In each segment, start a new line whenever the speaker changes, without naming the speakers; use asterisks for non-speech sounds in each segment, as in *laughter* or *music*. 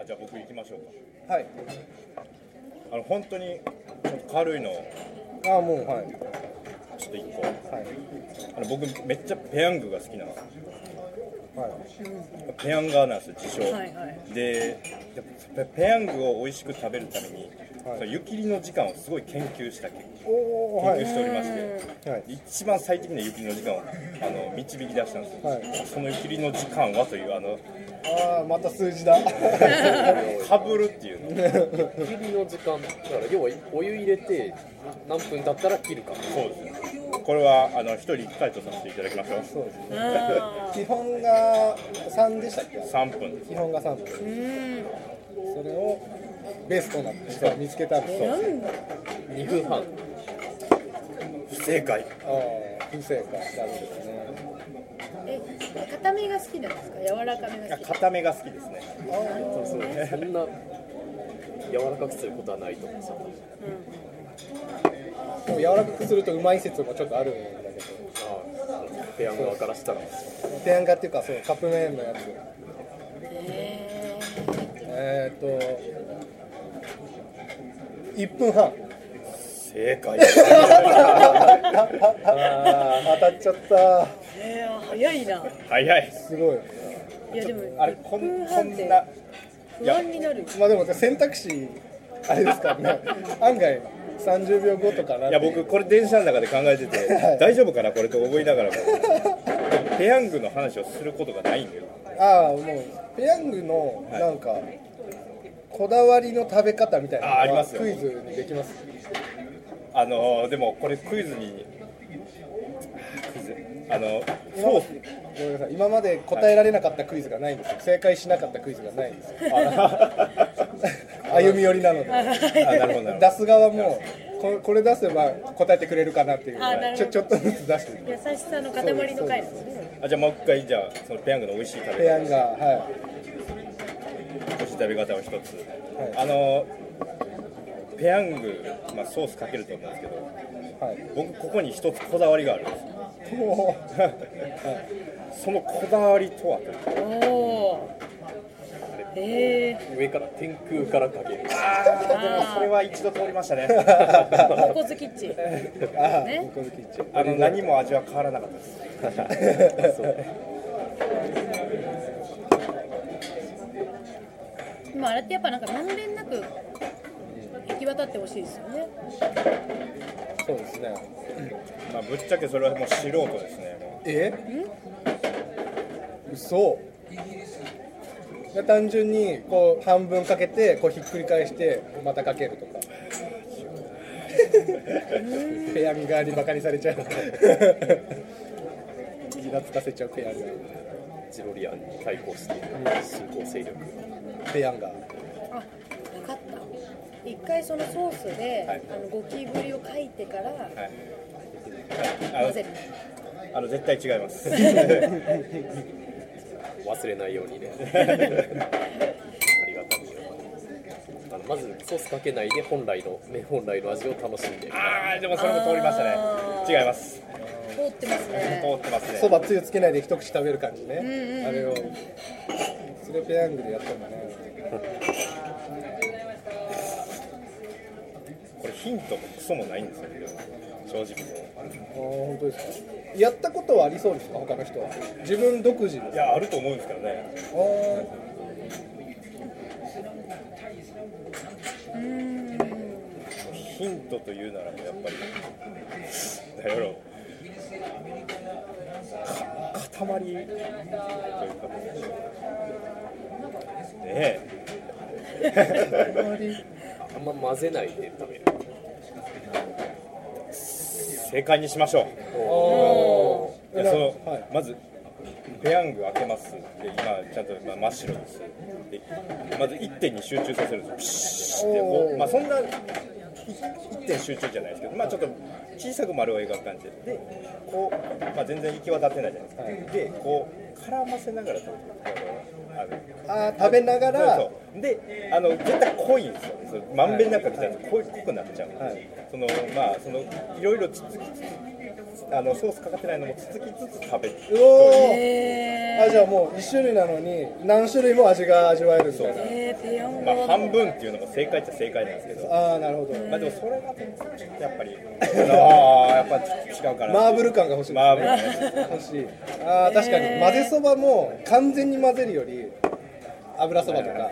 あじゃあ僕行きましょうか
はい
あの本当にちょっと軽いのを
ああもうはい
ちょっと一個
はい
あの僕めっちゃペヤングが好きな
はい
ペヤンガーなんですよ自称、
はいはい
でやっぱペペヤングを美味しく食べるために、
はい
その湯切りの時間をすごい研究した結
おお
果
は
研究
い
し
はい
ておりまして、
はい
一番最適な湯切りの時間をあの導き出したんですよ、
はい
その湯切りの時間はというあの
ああまた数字だ
かぶるっていうの
切りの時間だから要はお湯入れて何分経ったら切るか
そうですねこれはあの一人一回とさせていただきましょう
そうですね
あ
基本が3でしたっけ
3分です
基本が3分
ーうん
それをベストな人を見つけたんですよ
なんだ
2分半
不正解
ああ不正解ダメですね
え硬めが好きなんですか柔らかめが好き
固めが好きですね
そうそうそんな柔らかくすることはないと思うさ
でも柔らかくするとうまい説もちょっとあるんだけど
ペヤング側からしたら
ペヤンガっていうかそうカップ麺のやつ
へ
えー、っと1分 *laughs* 半
正解
当たっちゃった
えへえ早いな
早い
すごい
いやでも
あれこん
1分
こ
半っ
ん
て
な
不安になる
まあでも選択肢あれですからね案外30秒後とかない
や僕これ電車の中で考えてて大丈夫かなこれと思いながらもペヤングの話をすることがないんだよ
ああもうペヤングのなんか、こだわりの食べ方みたいなの
あ
が
ありますよ
クイズにできます
あのーでもこれクイズにクイズあの
今
ソ
ま
ース
ごめんなさい今まで答えられなかったクイズがないんですよ正解しなかったクイズがないんですよ *laughs* 歩み寄りなので
あなるほどなるほど
出す側もここれ出せば答えてくれるかなっていう
あなる
ち
ほど
ょちょっとずつ出してる
優しさの塊の回なんですね
あじゃあもう一回じゃあそのペヤングの美味しい食
ペ
べ
ヤンがはい
方美味しい食べ方を一つ、あのーペヤング、まあ、ソースかけると思うんですけど
はい
僕ここに一つこだわりがあるんで
お
すそのこだわりとは
おおへえ
上から天空からかける
それは一度通りましたね
猫好きっちね
ーこのキッチン
あの何も味は変わらなかったです
でもあれってやっぱなんかまんべんなく行き渡ってほしいですよね
そうですね
まあ、ぶっちゃけそれはもう素人ですね。も
え嘘で単純にこう半分かけてこうひっくり返してまたかけるとかペヤンガーにバカにされちゃうイラつかせちゃうペヤンガー
ジロリアンに対抗して進行勢力
ペヤンガー
あ分かった一回そのソースで、あのゴキブリを書いてから、
うあ
混ぜる
のあの絶対違います。
忘れないようにね *laughs* ありがたみよあのまずソースかけないで本来の麺本来の味を楽しんで
*laughs* ああ、でもそれも通りました
あ
ね。違います。
通ってます
通
ね
ってます
そ
ね。
ばつゆつけないで一口食べる感じね、あれをそれペヤングでやったんだね
これヒントもクソもないんですよ。正直も
ああ本当ですかやったことはありそうですか他の人は自分独自の
う。いや、あると思うんですけどね。
あー
ヒントというなら、やっぱり。だろう。か塊。というか。ねえ、
あんま混ぜないで食べる
正解にしましょ
お
う。いや、その、
はい
まず。ペヤング開けます。で、今、ちゃんと、まあ、真っ白です。で、まず一点に集中させるんですよ。ピシッてこうまあ、そんな。い一点集中じゃないですけど、まあ、ちょっと小さく丸を描く感じで、でこう、まあ、全然行き渡ってないじゃないですか。で、こう、絡ませながら食べてる。あの
あー食べながら
そうそうであの絶対濃いんですよそれまんべんなく来たら濃い濃くなっちゃうんで、
はい
そのまあそのいろいろつつあのソースかかってないのも続きつつ食べる
うおー
え
あじゃあもう1種類なのに何種類も味が味わえるみたいな
ー、えー、ペヤン
ま
グ
あ、半分っていうのが正解っちゃ正解なんですけど、
ああなるほど
まあ、でもそれがちょっとやっぱ *laughs* り、ああ、やっぱちょっと違うから、
マーブル感が欲しいですね
マーブルね、
欲しいあー確かに混ぜそばも完全に混ぜるより油そばとか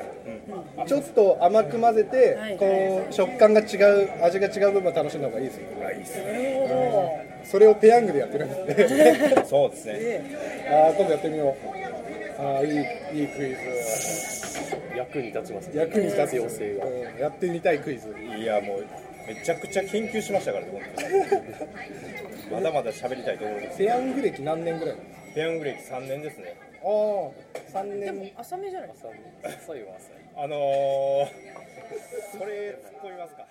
ちょっと甘く混ぜ
はい
てこう食感が違う味が違う部分を楽しんだ方がいいですよね
なるほ
それをペヤングでやってるんです *laughs* ね
そうですね、
ああ今度やってみようああいいいいクイズ
役に立ちますね
役に立つ
必要性が
うんやってみたいクイズ
いや、もう、めちゃくちゃ研究しましたからね、本当に *laughs* まだまだ喋りたいところです、
ペヤング歴何年ぐらいなんですか
ペヤング歴3年ですね、
ああ3
どで
年
も浅めじゃないですか
浅い浅いは浅い
あのー、それ、突っ込みますか。